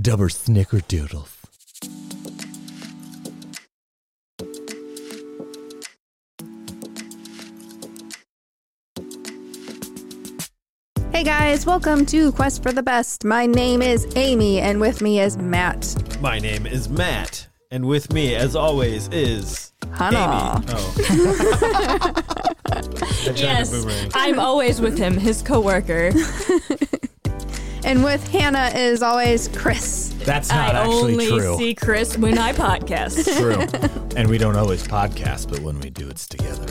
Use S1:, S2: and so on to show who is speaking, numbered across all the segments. S1: Dubber Snickerdoodles.
S2: Hey guys, welcome to Quest for the Best. My name is Amy, and with me is Matt.
S3: My name is Matt, and with me, as always, is
S2: Hannah.
S3: Amy. Oh. I tried
S4: Yes,
S3: the boomerang.
S4: I'm always with him, his coworker.
S2: And with Hannah is always Chris.
S1: That's not
S4: I
S1: actually
S4: only
S1: true.
S4: see Chris when I podcast.
S1: true. And we don't always podcast, but when we do, it's together.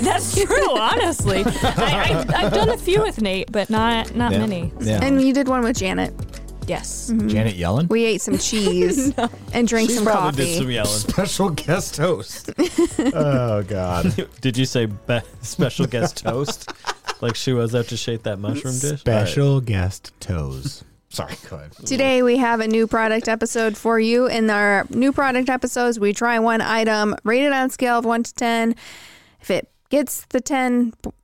S4: That's true, honestly. I, I, I've done a few with Nate, but not not many.
S1: Yeah. Mm-hmm.
S2: And you did one with Janet.
S4: Yes,
S1: Janet Yellen,
S2: We ate some cheese and drank
S3: She
S2: some
S3: probably
S2: coffee.
S3: did some yelling.
S1: special guest host. oh God,
S3: Did you say be- special guest toast? Like she was out to shake that mushroom dish?
S1: special guest toes. Sorry, go ahead.
S2: Today we have a new product episode for you. In our new product episodes, we try one item, rate it on a scale of 1 to 10. If it gets the 10,
S3: All right.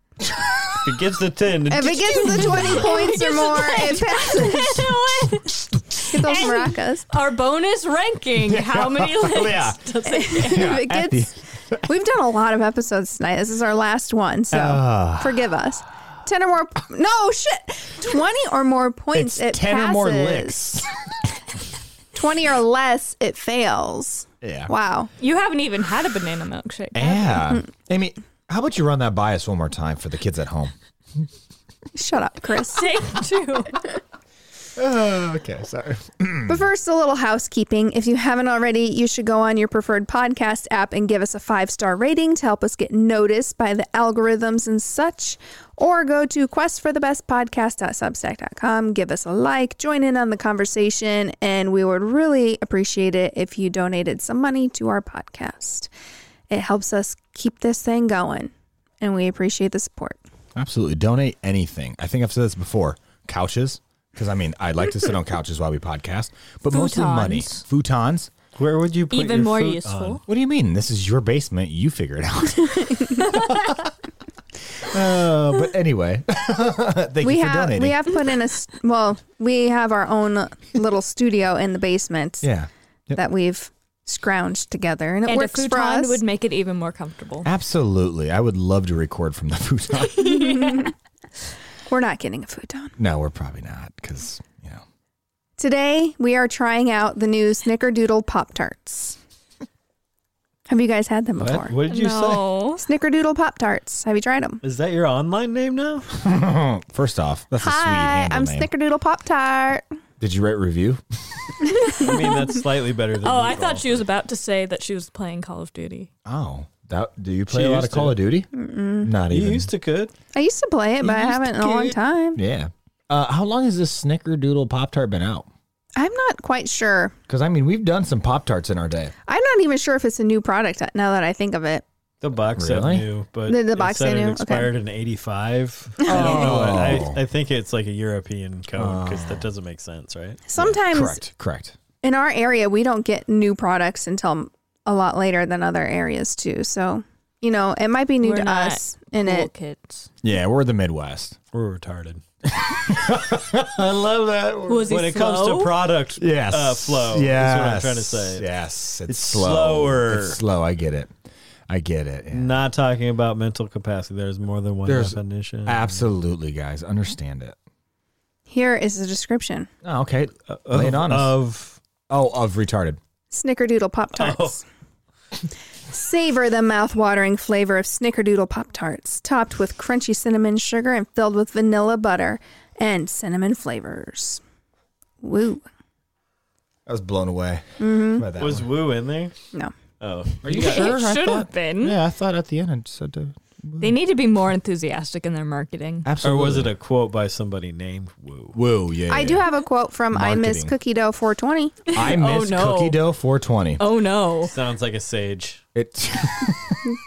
S3: If it gets the 10,
S2: if it gets the 20 points or more, it passes. Get those maracas.
S4: our bonus ranking. How many lists?
S1: Oh, yeah.
S4: does it get?
S1: Yeah,
S2: If it
S1: at
S2: gets, we've done a lot of episodes tonight. This is our last one, so
S1: Ah.
S2: forgive us. Ten or more, no shit. Twenty or more points,
S1: It's
S2: it
S1: 10 or more
S2: passes.
S1: licks.
S2: Twenty or less, it fails.
S1: Yeah.
S2: Wow. Mm.
S4: You haven't even had a banana milkshake.
S5: Yeah. Amy, how about you run that by us one more time for the kids at home?
S2: Shut up, Chris.
S4: Take two.
S1: Oh, okay, sorry.
S2: but first, a little housekeeping. If you haven't already, you should go on your preferred podcast app and give us a five star rating to help us get noticed by the algorithms and such. Or go to questforthebestpodcast.substack.com, give us a like, join in on the conversation, and we would really appreciate it if you donated some money to our podcast. It helps us keep this thing going, and we appreciate the support.
S5: Absolutely. Donate anything. I think I've said this before. Couches. Because I mean, I like to sit on couches while we podcast, but mostly money.
S4: Futons.
S5: Futons.
S3: where would you put
S4: Even
S3: your
S4: more
S3: foot
S4: useful.
S3: on?
S5: What do you mean? This is your basement. You figure it out. uh, but anyway, thank
S2: we
S5: you for
S2: have
S5: donating.
S2: we have put in a s- well we have our own little studio in the basement
S5: yeah,
S2: that we've scrounged together and it
S4: And a
S2: works for us
S4: futon would make it even more comfortable.
S5: absolutely. I would love to record from the futon.
S2: we're not getting a futon
S5: no, we're probably not because you know.
S2: today we are trying out the new snickerdoodle pop tarts have you guys had them before
S3: What? what did you
S4: no.
S2: snickerdoodle pop tarts have you tried them
S3: say? Is that your online name now?
S5: First off, that's a sweet
S2: hi
S5: handle
S2: i'm
S5: name.
S2: snickerdoodle pop tart
S5: Did you write review?
S3: I mean, that's slightly better than
S4: Oh, I
S3: legal.
S4: thought she was about to say that she was playing Call of Duty.
S5: Oh, that do you play
S3: She
S5: a lot
S3: used
S5: of Call
S3: to.
S5: of Duty? Mm-mm. Not
S3: You
S5: even.
S3: used to could.
S2: i used to play it but i
S5: used
S2: haven't in
S5: to
S2: a long
S5: get-
S2: time
S5: Yeah. Uh, how long has this Snickerdoodle Pop Tart been out?
S2: i'm not quite sure
S5: Because I mean, we've done some Pop Tarts in our day.
S2: i'm not even sure if it's a new product uh, now that i think of it
S3: The box
S5: Really?
S3: set knew, but
S2: The- the
S3: it
S2: box
S3: said
S2: set
S3: it
S2: knew? Okay.
S3: expired in '85. I don't know.
S5: Oh. Ah.
S3: I, I think it's like a European code because that doesn't make sense, right?
S2: sometimes
S5: Correct. Correct.
S2: in our area, we don't get new products until a lot later than other areas too. So, you know, it might be new
S4: We're
S2: to
S4: not
S2: us and
S4: cool
S2: it
S4: kids.
S5: Yeah, we're the Midwest.
S3: We're retarded. I love that.
S4: Was he
S3: when it comes to
S4: slow?
S3: product
S5: Yes.
S3: uh, flow,
S5: Yeah.
S3: is what I'm trying to say.
S5: Yes. It's,
S3: It's
S5: slow.
S3: slower.
S5: It's slow. I get it. I get it. yeah.
S3: Not talking about mental capacity. There's more than one
S5: There's
S3: definition.
S5: Absolutely, guys. Understand it.
S2: here is the description.
S5: Oh, okay.
S3: of,
S5: Lay it on us.
S3: of
S5: oh, of retarded.
S2: Snickerdoodle Pop
S5: Oh.
S2: Tarts. Savor the mouth-watering flavor of Snickerdoodle Pop Tarts, topped with crunchy cinnamon sugar and filled with vanilla butter and cinnamon flavors. Woo.
S5: I was blown away by that.
S3: Mm-hmm. was
S5: one.
S3: Woo in there?
S2: No.
S3: Oh,
S5: Are you
S4: It
S5: I
S4: should have
S5: thought-
S4: been.
S5: Yeah, I thought at the end I said to.
S4: They need to be more enthusiastic in their marketing.
S3: or
S5: Absolutely.
S3: was it a quote by somebody named Woo?
S5: Woo, yeah.
S2: I do have a quote from I Miss
S5: Marketing.
S2: Cookie Dough 420.
S5: I
S4: Oh,
S5: miss
S4: no.
S5: cookie dough 420.
S4: Oh no.
S3: Sounds like a sage.
S5: It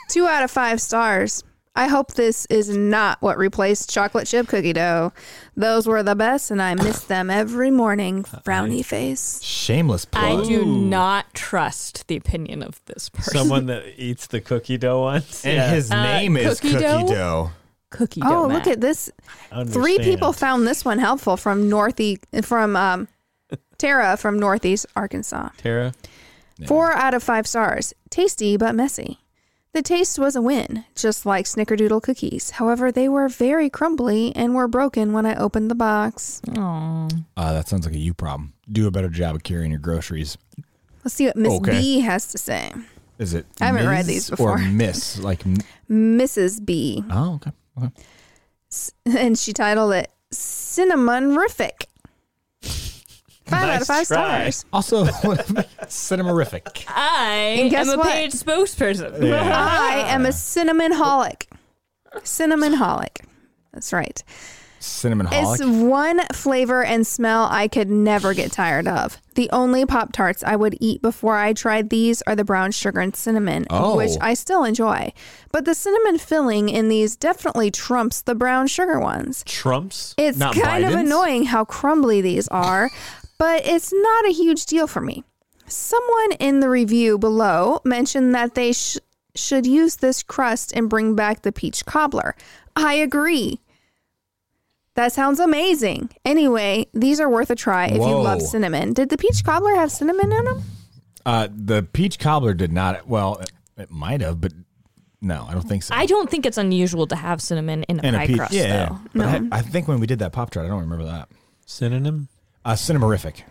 S2: Two out of five stars. I hope this is not what replaced chocolate chip cookie dough. Those were the best, and I miss them every morning. Frowny face.
S5: shameless plug.
S4: I do not trust the opinion of this person.
S3: Someone that eats the cookie dough once.
S5: and
S3: Yeah,
S5: his
S4: Uh,
S5: name is
S4: cookie
S5: cookie
S4: dough?
S5: dough.
S4: Cookie dough.
S2: Oh, look
S4: Matt.
S2: at this!
S3: I
S2: Three people
S3: understand.
S2: found this one helpful from Northy from um, Tara from Northeast Arkansas.
S3: Tara.
S2: Four out of five stars. Tasty but messy. The taste was a win, just like snickerdoodle cookies. However, they were very crumbly and were broken when I opened the box.
S5: Uh, that sounds like a you problem. Do a better job of carrying your groceries.
S2: Let's see what Miss
S5: Okay.
S2: B has to say.
S5: Is it?
S2: I haven't
S5: Ms.
S2: read these
S5: Or
S2: before.
S5: miss like. m-
S2: Mrs. B.
S5: Oh, okay. okay.
S2: And she titled it Cinnamon-rific. Five out of
S3: Nice
S2: five
S3: try.
S2: stars.
S5: Also, cinemarific.
S4: I
S2: guess
S4: am a
S2: what?
S4: paid spokesperson.
S2: I am a cinnamon holic. Cinnamon holic. That's right.
S5: Cinnamon
S2: It's one flavor and smell I could never get tired of. The only Pop Tarts I would eat before I tried these are the brown sugar and cinnamon,
S5: Oh.
S2: which I still enjoy. But the cinnamon filling in these definitely trumps the brown sugar ones.
S3: Trumps.
S2: It's
S3: Not
S2: kind of
S3: Biden's?
S2: annoying how crumbly these are, but it's not a huge deal for me. Someone in the review below mentioned that they sh- should use this crust and bring back the peach cobbler. I agree. That sounds amazing. Anyway, these are worth a try if you
S5: Whoa.
S2: love cinnamon. Did the peach cobbler have cinnamon in them?
S5: Uh, the peach cobbler did not. Well, it, it might have, but no, I don't think so.
S4: I don't think it's unusual to have cinnamon in a
S5: And
S4: pie
S5: peach,
S4: crust,
S5: yeah. yeah.
S4: though.
S5: But I, I think when we did that pop chart, I don't remember that.
S3: Synonym.
S5: Uh, cinemarific.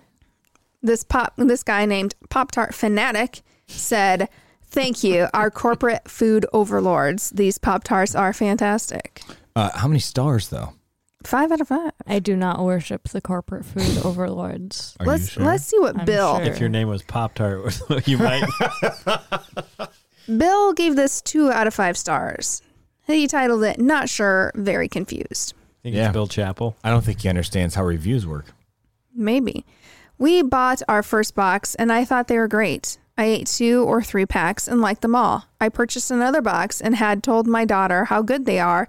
S2: This pop this guy named Pop Tart Fanatic said, "Thank you, our corporate food overlords. These Pop Tarts are fantastic."
S5: Uh, how many stars though?
S2: Five out of five.
S4: I do not worship the corporate food overlords.
S5: Are
S2: let's
S5: you sure?
S2: let's see what
S4: I'm
S2: Bill
S4: sure.
S3: If your name was Pop Tart, you might.
S2: Bill gave this two out of five stars. He titled it "Not Sure, Very Confused."
S3: think
S5: Yeah.
S3: it's Bill Chapel.
S5: I don't think he understands how reviews work.
S2: Maybe we bought our first box, and I thought they were great. I ate two or three packs and liked them all. I purchased another box and had told my daughter how good they are,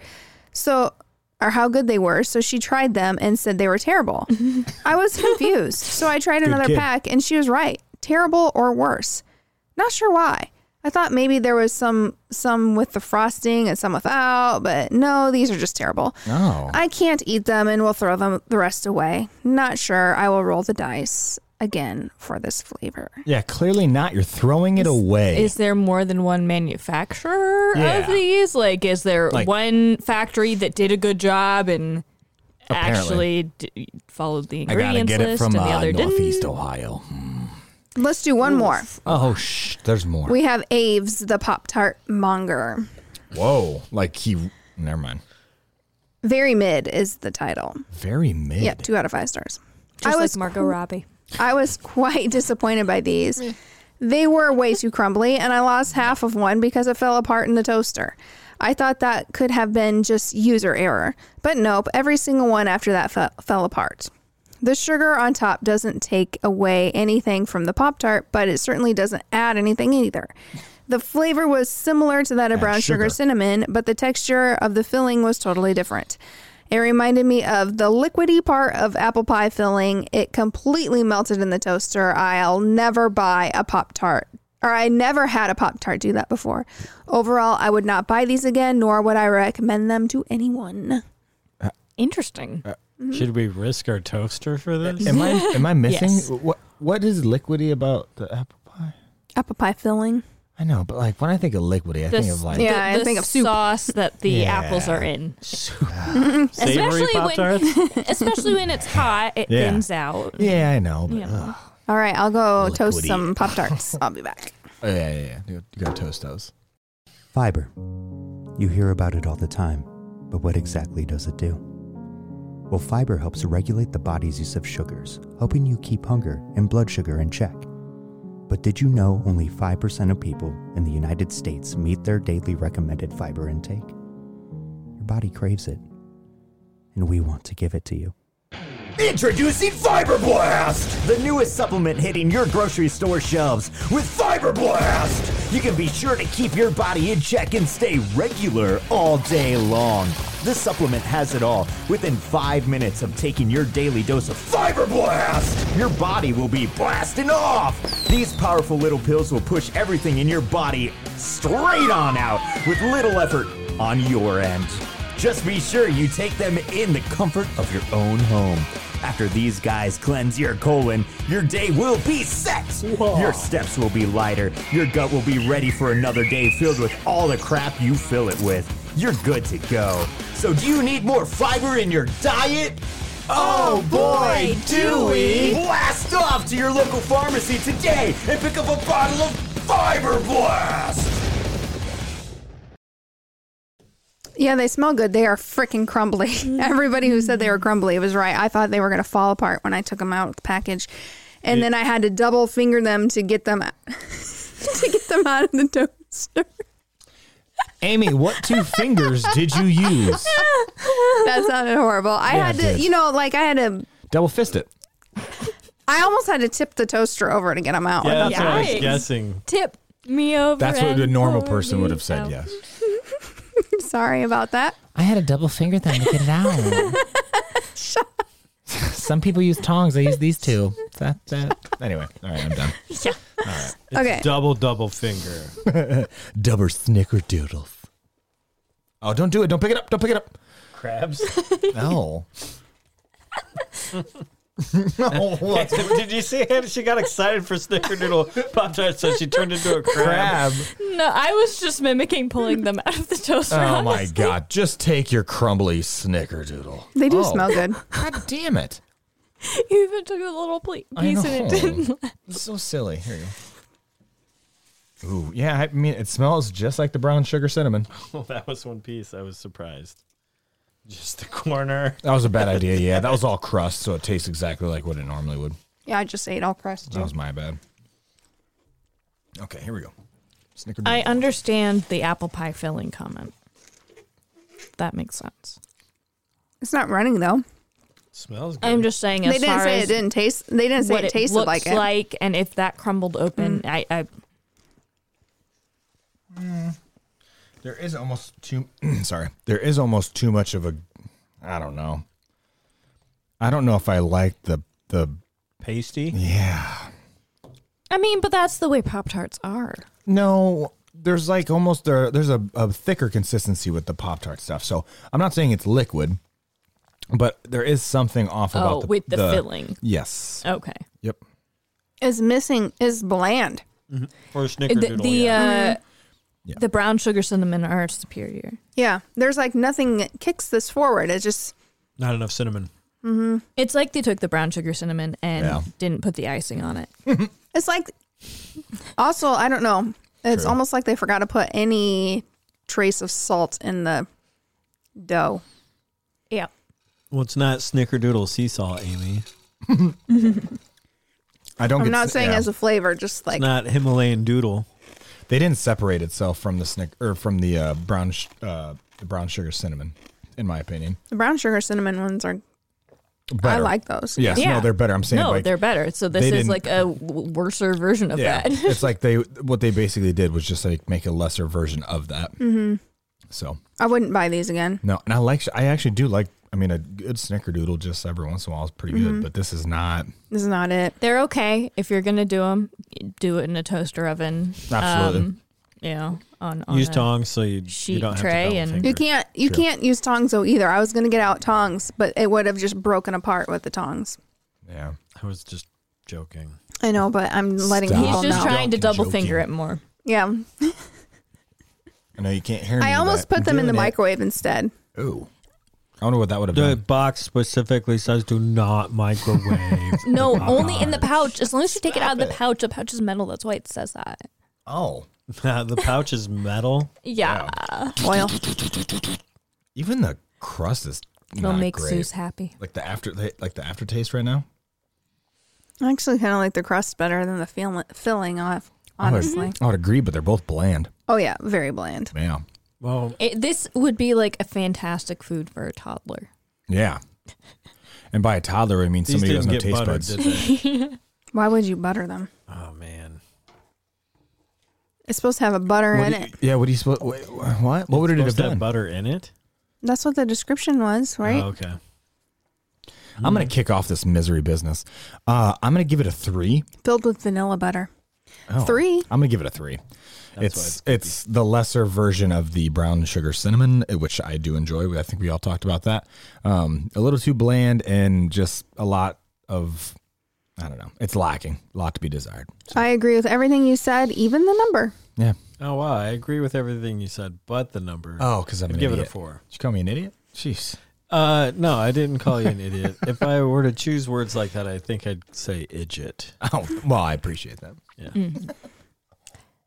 S2: so or how good they were. So she tried them and said they were terrible. I was confused, so I tried another
S5: kid.
S2: pack, and she was right. Terrible or worse. Not sure why. I thought maybe there was some some with the frosting and some without, but no, these are just terrible.
S5: Oh,
S2: I can't eat them and will throw them the rest away. Not sure. I will roll the dice again for this flavor.
S5: yeah, clearly not. You're throwing it away.
S4: Is there more than one manufacturer
S5: Yeah.
S4: of these? Like, is there
S5: Like-
S4: one factory that did a good job and
S5: Apparently.
S4: actually d- followed the
S5: I gotta
S4: ingredients
S5: get it
S4: list,
S5: from
S4: and the
S5: uh,
S4: other didn't?
S5: Northeast Ohio.
S2: Let's do one more.
S5: Oh, shh. There's more.
S2: We have Aves, the Pop Tart monger.
S5: Whoa, like he. Never mind.
S2: Very mid is the title.
S5: Very mid.
S2: Yep, two out of five stars.
S4: Just
S2: I was
S4: like Margot Robbie.
S2: I was quite disappointed by these. They were way too crumbly, and I lost half of one because it fell apart in the toaster. I thought that could have been just user error, but nope, every single one after that fe- fell apart. The sugar on top doesn't take away anything from the Pop Tart, but it certainly doesn't add anything either. The flavor was similar to that of
S5: Add
S2: brown
S5: sugar.
S2: sugar cinnamon, but the texture of the filling was totally different. It reminded me of the liquidy part of apple pie filling. It completely melted in the toaster. I'll never buy a Pop Tart. Or I never had a Pop Tart do that before. Overall, I would not buy these again, nor would I recommend them to anyone.
S4: Interesting.
S3: Should we risk our toaster for this?
S5: Am I am I missing
S4: Yes.
S5: what what is liquidy about the apple pie?
S2: Apple pie filling.
S5: I know, but like when I think of liquidy, I think of like
S2: Yeah. I think of soup.
S4: sauce that the
S5: Yeah.
S4: apples are in.
S3: Savory
S4: Especially when-
S3: Pop Tarts.
S4: Especially when it's hot, it
S5: Yeah.
S4: thins out.
S5: Yeah, I know. But,
S4: Yeah.
S5: ugh.
S2: All right, I'll go toast
S5: Liquidy.
S2: some Pop Tarts. I'll be back.
S5: Oh, yeah, yeah, yeah. You, you gotta toast those.
S6: Fiber. You hear about it all the time, but what exactly does it do? Well, fiber helps regulate the body's use of sugars, helping you keep hunger and blood sugar in check. But did you know only 5% of people in the United States meet their daily recommended fiber intake? Your body craves it, and we want to give it to you.
S7: Introducing Fiber Blast, the newest supplement hitting your grocery store shelves. With Fiber Blast, you can be sure to keep your body in check and stay regular all day long. This supplement has it all. Within five minutes of taking your daily dose of Fiber Blast, your body will be blasting off. These powerful little pills will push everything in your body straight on out with little effort on your end. Just be sure you take them in the comfort of your own home. After these guys cleanse your colon, your day will be set. Your steps will be lighter. Your gut will be ready for another day filled with all the crap you fill it with. You're good to go. So, do you need more fiber in your diet? Oh boy, do we! Blast off to your local pharmacy today and pick up a bottle of Fiber Blast!
S2: Yeah, they smell good. They are freaking crumbly. Everybody who said they were crumbly was right. I thought they were going to fall apart when I took them out of the package. And then I had to double finger them to get them out, to get them out of the toaster.
S5: Amy, what two fingers did you use?
S2: That sounded horrible. I
S5: Yeah,
S2: had
S5: it
S2: to,
S5: did.
S2: you know, like I had to
S5: Double fist it.
S2: I almost had to tip the toaster over to get them out.
S3: Yeah, that's what I was
S4: Yikes.
S3: guessing.
S4: Tip me over.
S5: That's what a
S4: and
S5: normal
S4: pour
S5: person would
S4: me
S5: have said,
S4: out.
S5: yes.
S2: Sorry about that.
S8: I had a double finger thing to get it out. Some people use tongs. I use these two. That, that.
S5: Anyway, all right, I'm done.
S3: It's
S2: Okay.
S3: Double double finger.
S5: Double snickerdoodle. Oh, don't do it. Don't pick it up. Don't pick it up.
S3: Crabs.
S5: No. no. what's-
S3: Did you see it? She got excited for Snickerdoodle Pop Tart, so she turned into a crab.
S5: Crab.
S4: No, I was just mimicking pulling them out of the toaster.
S5: Oh my
S4: honestly.
S5: god. Just take your crumbly snickerdoodle.
S2: They do
S5: Oh,
S2: smell good.
S5: God damn it.
S4: You even took a little ple-
S5: I
S4: piece
S5: know.
S4: and it didn't.
S5: It's so silly. Here you go. Ooh, yeah, I mean it smells just like the brown sugar cinnamon.
S3: Well, that was one piece. I was surprised. Just the corner.
S5: That was a bad idea. Yeah, that was all crust, so it tastes exactly like what it normally would.
S2: Yeah, I just ate all crust.
S5: That was my bad. Okay, here we go. Snickerdoodle.
S4: I understand the apple pie filling comment. That makes sense.
S2: It's not running though.
S3: smells good.
S4: I'm just saying, as
S2: They didn't
S4: far
S2: say
S4: as
S2: it didn't taste. They didn't say
S4: what
S2: it tasted
S4: looks
S2: like
S4: like,
S2: it. Mm.
S4: and if that crumbled open, I, I
S5: There is almost too sorry. There is almost too much of a I don't know. I don't know if I like the the
S3: pasty.
S5: yeah.
S4: I mean, but that's the way Pop Tarts are.
S5: No, there's like almost there there's a, a thicker consistency with the Pop Tart stuff. So I'm not saying it's liquid, but there is something off
S4: oh,
S5: about the,
S4: with the, filling.
S5: Yes.
S4: Okay.
S5: Yep.
S2: Is missing. Is bland.
S3: Or
S4: Um, The
S3: Snickerdoodle.
S4: the,
S3: yeah.
S4: uh,
S5: Yeah.
S4: the brown sugar cinnamon are superior.
S2: Yeah, there's like nothing that kicks this forward. It's just
S3: Not enough cinnamon.
S4: It's like they took the brown sugar cinnamon and
S5: Yeah.
S4: didn't put the icing on it.
S2: it's like. Also, I don't know. It's
S5: True.
S2: almost like they forgot to put any trace of salt in the dough.
S4: Yeah.
S3: Well, it's not Snickerdoodle seesaw, Amy. It's
S5: I don't
S2: I'm
S5: get
S2: not saying
S5: yeah.
S2: as a flavor, just like
S3: not Himalayan doodle.
S5: they didn't separate itself from the snick or from the uh, brown sh- uh, the brown sugar cinnamon in my opinion.
S2: the brown sugar cinnamon ones are. I
S5: Better.
S2: like those.
S5: Yes,
S4: Yeah.
S5: no, they're better. I'm saying
S4: no,
S5: like
S4: they're better. So
S5: they
S4: this is
S5: didn't-
S4: like a w- worser version of
S5: yeah,
S4: that.
S5: it's like they what they basically did was just like make a lesser version of that. Mm-hmm. So
S2: I wouldn't buy these again.
S5: No, and I like. I actually do like. I mean, a good snickerdoodle just every once in a while is pretty
S2: Mm-hmm.
S5: good, but this is not.
S2: This is not it.
S4: They're okay if you're gonna do them. Do it in a toaster oven.
S5: Absolutely.
S4: you know, on, on
S3: Use
S4: a-
S3: tongs so you, you
S4: sheet
S3: don't have
S4: tray
S3: to
S4: and-
S3: double
S2: You
S3: finger.
S2: can't you can't use tongs though either. I was gonna get out tongs, but it would have just broken apart with the tongs.
S5: Yeah,
S3: I was just joking.
S2: I know, but I'm letting
S5: Stop.
S2: people
S4: He's just
S2: know.
S4: trying to
S5: Joking,
S4: double
S5: joking.
S4: finger it more.
S2: yeah,
S5: I know you can't hear me.
S2: I almost
S5: but
S2: put them in the
S5: doing it-
S2: microwave instead.
S5: Ooh, I wonder what that would have
S3: The
S5: been.
S3: box specifically says do not microwave.
S4: No,
S3: the
S4: only in the
S3: pouch.
S4: pouch. As long as you take it out of the pouch, the pouch is metal. That's why it says that.
S5: Oh,
S3: the pouch is metal.
S4: Yeah,
S2: Oil.
S5: even the crust is
S4: it'll
S5: not
S4: make
S5: great.
S4: Zeus happy.
S5: Like the after, like the aftertaste right now.
S2: I actually kind of like the crust better than the feel- filling off. Honestly.
S5: I would agree, but they're both bland.
S2: Oh yeah, very bland.
S5: Yeah,
S3: Well,
S4: It, this would be like a fantastic food for a toddler.
S5: yeah. And by a toddler, I mean
S3: these
S5: somebody who
S3: didn't
S5: doesn't have
S3: get
S5: taste
S3: buttered,
S5: buds.
S3: did they?
S2: Why would you butter them?
S3: oh man,
S2: It's supposed to have a butter
S5: What
S2: in
S5: do you-
S2: it.
S5: yeah, what do you suppose? Wait, what? What would it have
S3: Supposed to
S5: been?
S3: butter in it?
S2: That's what the description was, right?
S3: Oh, okay.
S5: I'm gonna kick off this misery business. Uh, I'm gonna give it a three. Oh.
S2: Filled with vanilla butter. Three.
S5: I'm gonna give it a three. it's it's the lesser version of the brown sugar cinnamon, eh, which I do enjoy. I think we all talked about that. Um, a little too bland and just a lot of I don't know. It's lacking. A lot to be desired.
S2: I agree with everything you said, even the number.
S5: Yeah.
S3: Oh wow, I agree with everything you said, but the number.
S5: Oh, because I'm
S3: I'd
S5: an
S3: give
S5: idiot.
S3: it a four.
S5: Did you call me an idiot? Jeez.
S3: Uh, no, I didn't call you an idiot. if I were to choose words like that, I think I'd say idiot.
S5: Oh well, I appreciate that.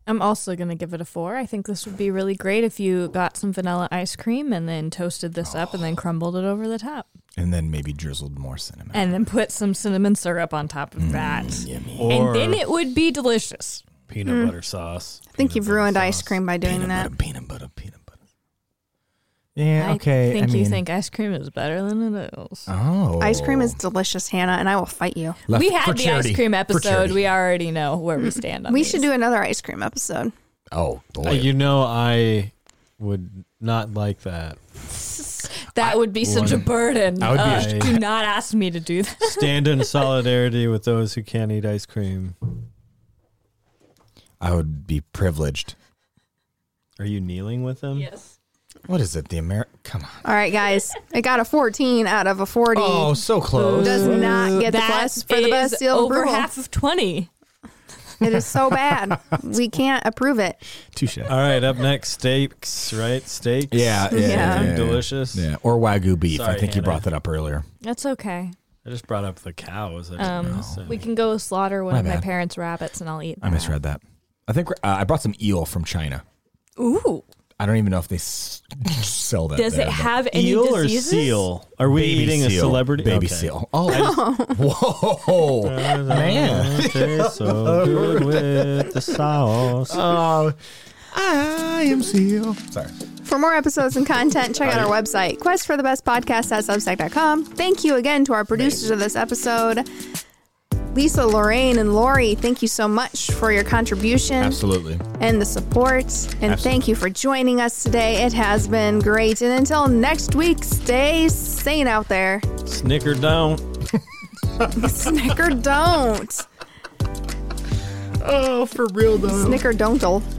S4: I'm also going to give it a four. I think this would be really great if you got some vanilla ice cream and then toasted this up and
S5: Oh.
S4: then crumbled it over the top.
S5: And then maybe drizzled more cinnamon.
S4: And then put some cinnamon syrup on top
S5: Mm,
S4: of that.
S3: Or
S4: and then it would be delicious.
S3: peanut butter sauce.
S2: Mm. I think you've ruined ice cream by doing
S5: peanut
S2: that.
S5: butter, peanut butter, peanut butter. Yeah. Okay.
S4: I think you
S5: mean-
S4: think ice cream is better than it is.
S5: Oh,
S2: Ice cream is delicious, Hannah, and I will fight you.
S5: Left
S4: we
S5: for
S4: had the
S5: charity,
S4: ice cream
S5: for
S4: episode.
S5: charity. Mm.
S4: We already know where we stand on
S2: We
S4: these.
S2: should do another ice cream episode.
S5: Oh boy.
S3: Uh, you know, I would not like that.
S4: That would be such a
S5: wouldn't-
S4: burden.
S5: I would be
S4: Uh,
S3: ashamed.
S4: do not ask me to do that.
S3: Stand in solidarity with those who can't eat ice cream.
S5: I would be privileged.
S3: Are you kneeling with them?
S4: Yes.
S5: What is it? The American? Come on.
S2: All right, guys. I got a 14 out of a 40.
S5: Oh, so close.
S2: Does not get the
S4: That
S2: plus for the best
S4: is
S2: seal of
S4: over
S2: approval.
S4: half of 20.
S2: It is so bad. we can't approve it.
S5: Touche.
S3: All right, up next, steaks, right? Steaks.
S5: Uh, yeah, yeah, yeah,
S2: Yeah.
S5: yeah, yeah.
S3: Delicious.
S5: Yeah, or wagyu beef. I
S3: Sorry,
S5: think you
S3: Hannah.
S5: brought that up earlier.
S4: That's okay.
S3: I just brought up the cows. I didn't
S4: Um,
S3: know, so-
S4: we can go slaughter one
S5: My
S4: of my
S5: bad.
S4: parents' rabbits and I'll eat.
S5: I
S4: that.
S5: misread that. I think uh, I brought some eel from China.
S4: Ooh.
S5: I don't even know if they s- sell that.
S4: Does
S5: there,
S4: it
S5: but-
S4: have any
S3: eel or
S4: diseases?
S3: seal? Are we
S5: Baby
S3: eating
S5: seal.
S3: a celebrity?
S5: Baby
S3: Okay.
S5: seal. Oh, I just- whoa, man.
S3: Tastes so good with the sauce.
S5: Oh, I am seal. Sorry.
S2: For more episodes and content, check out our website, questforthebestpodcast.substack.com. Thank you again to our producers of this episode, Lisa, Lorraine, and Lori. Thank you so much for your contribution
S5: Absolutely.
S2: and the support. And thank you for joining us today. It has been great. And until next week, stay sane out there.
S3: Snicker don't.
S2: Snicker don't.
S5: Oh, for real though.
S2: Snicker don't.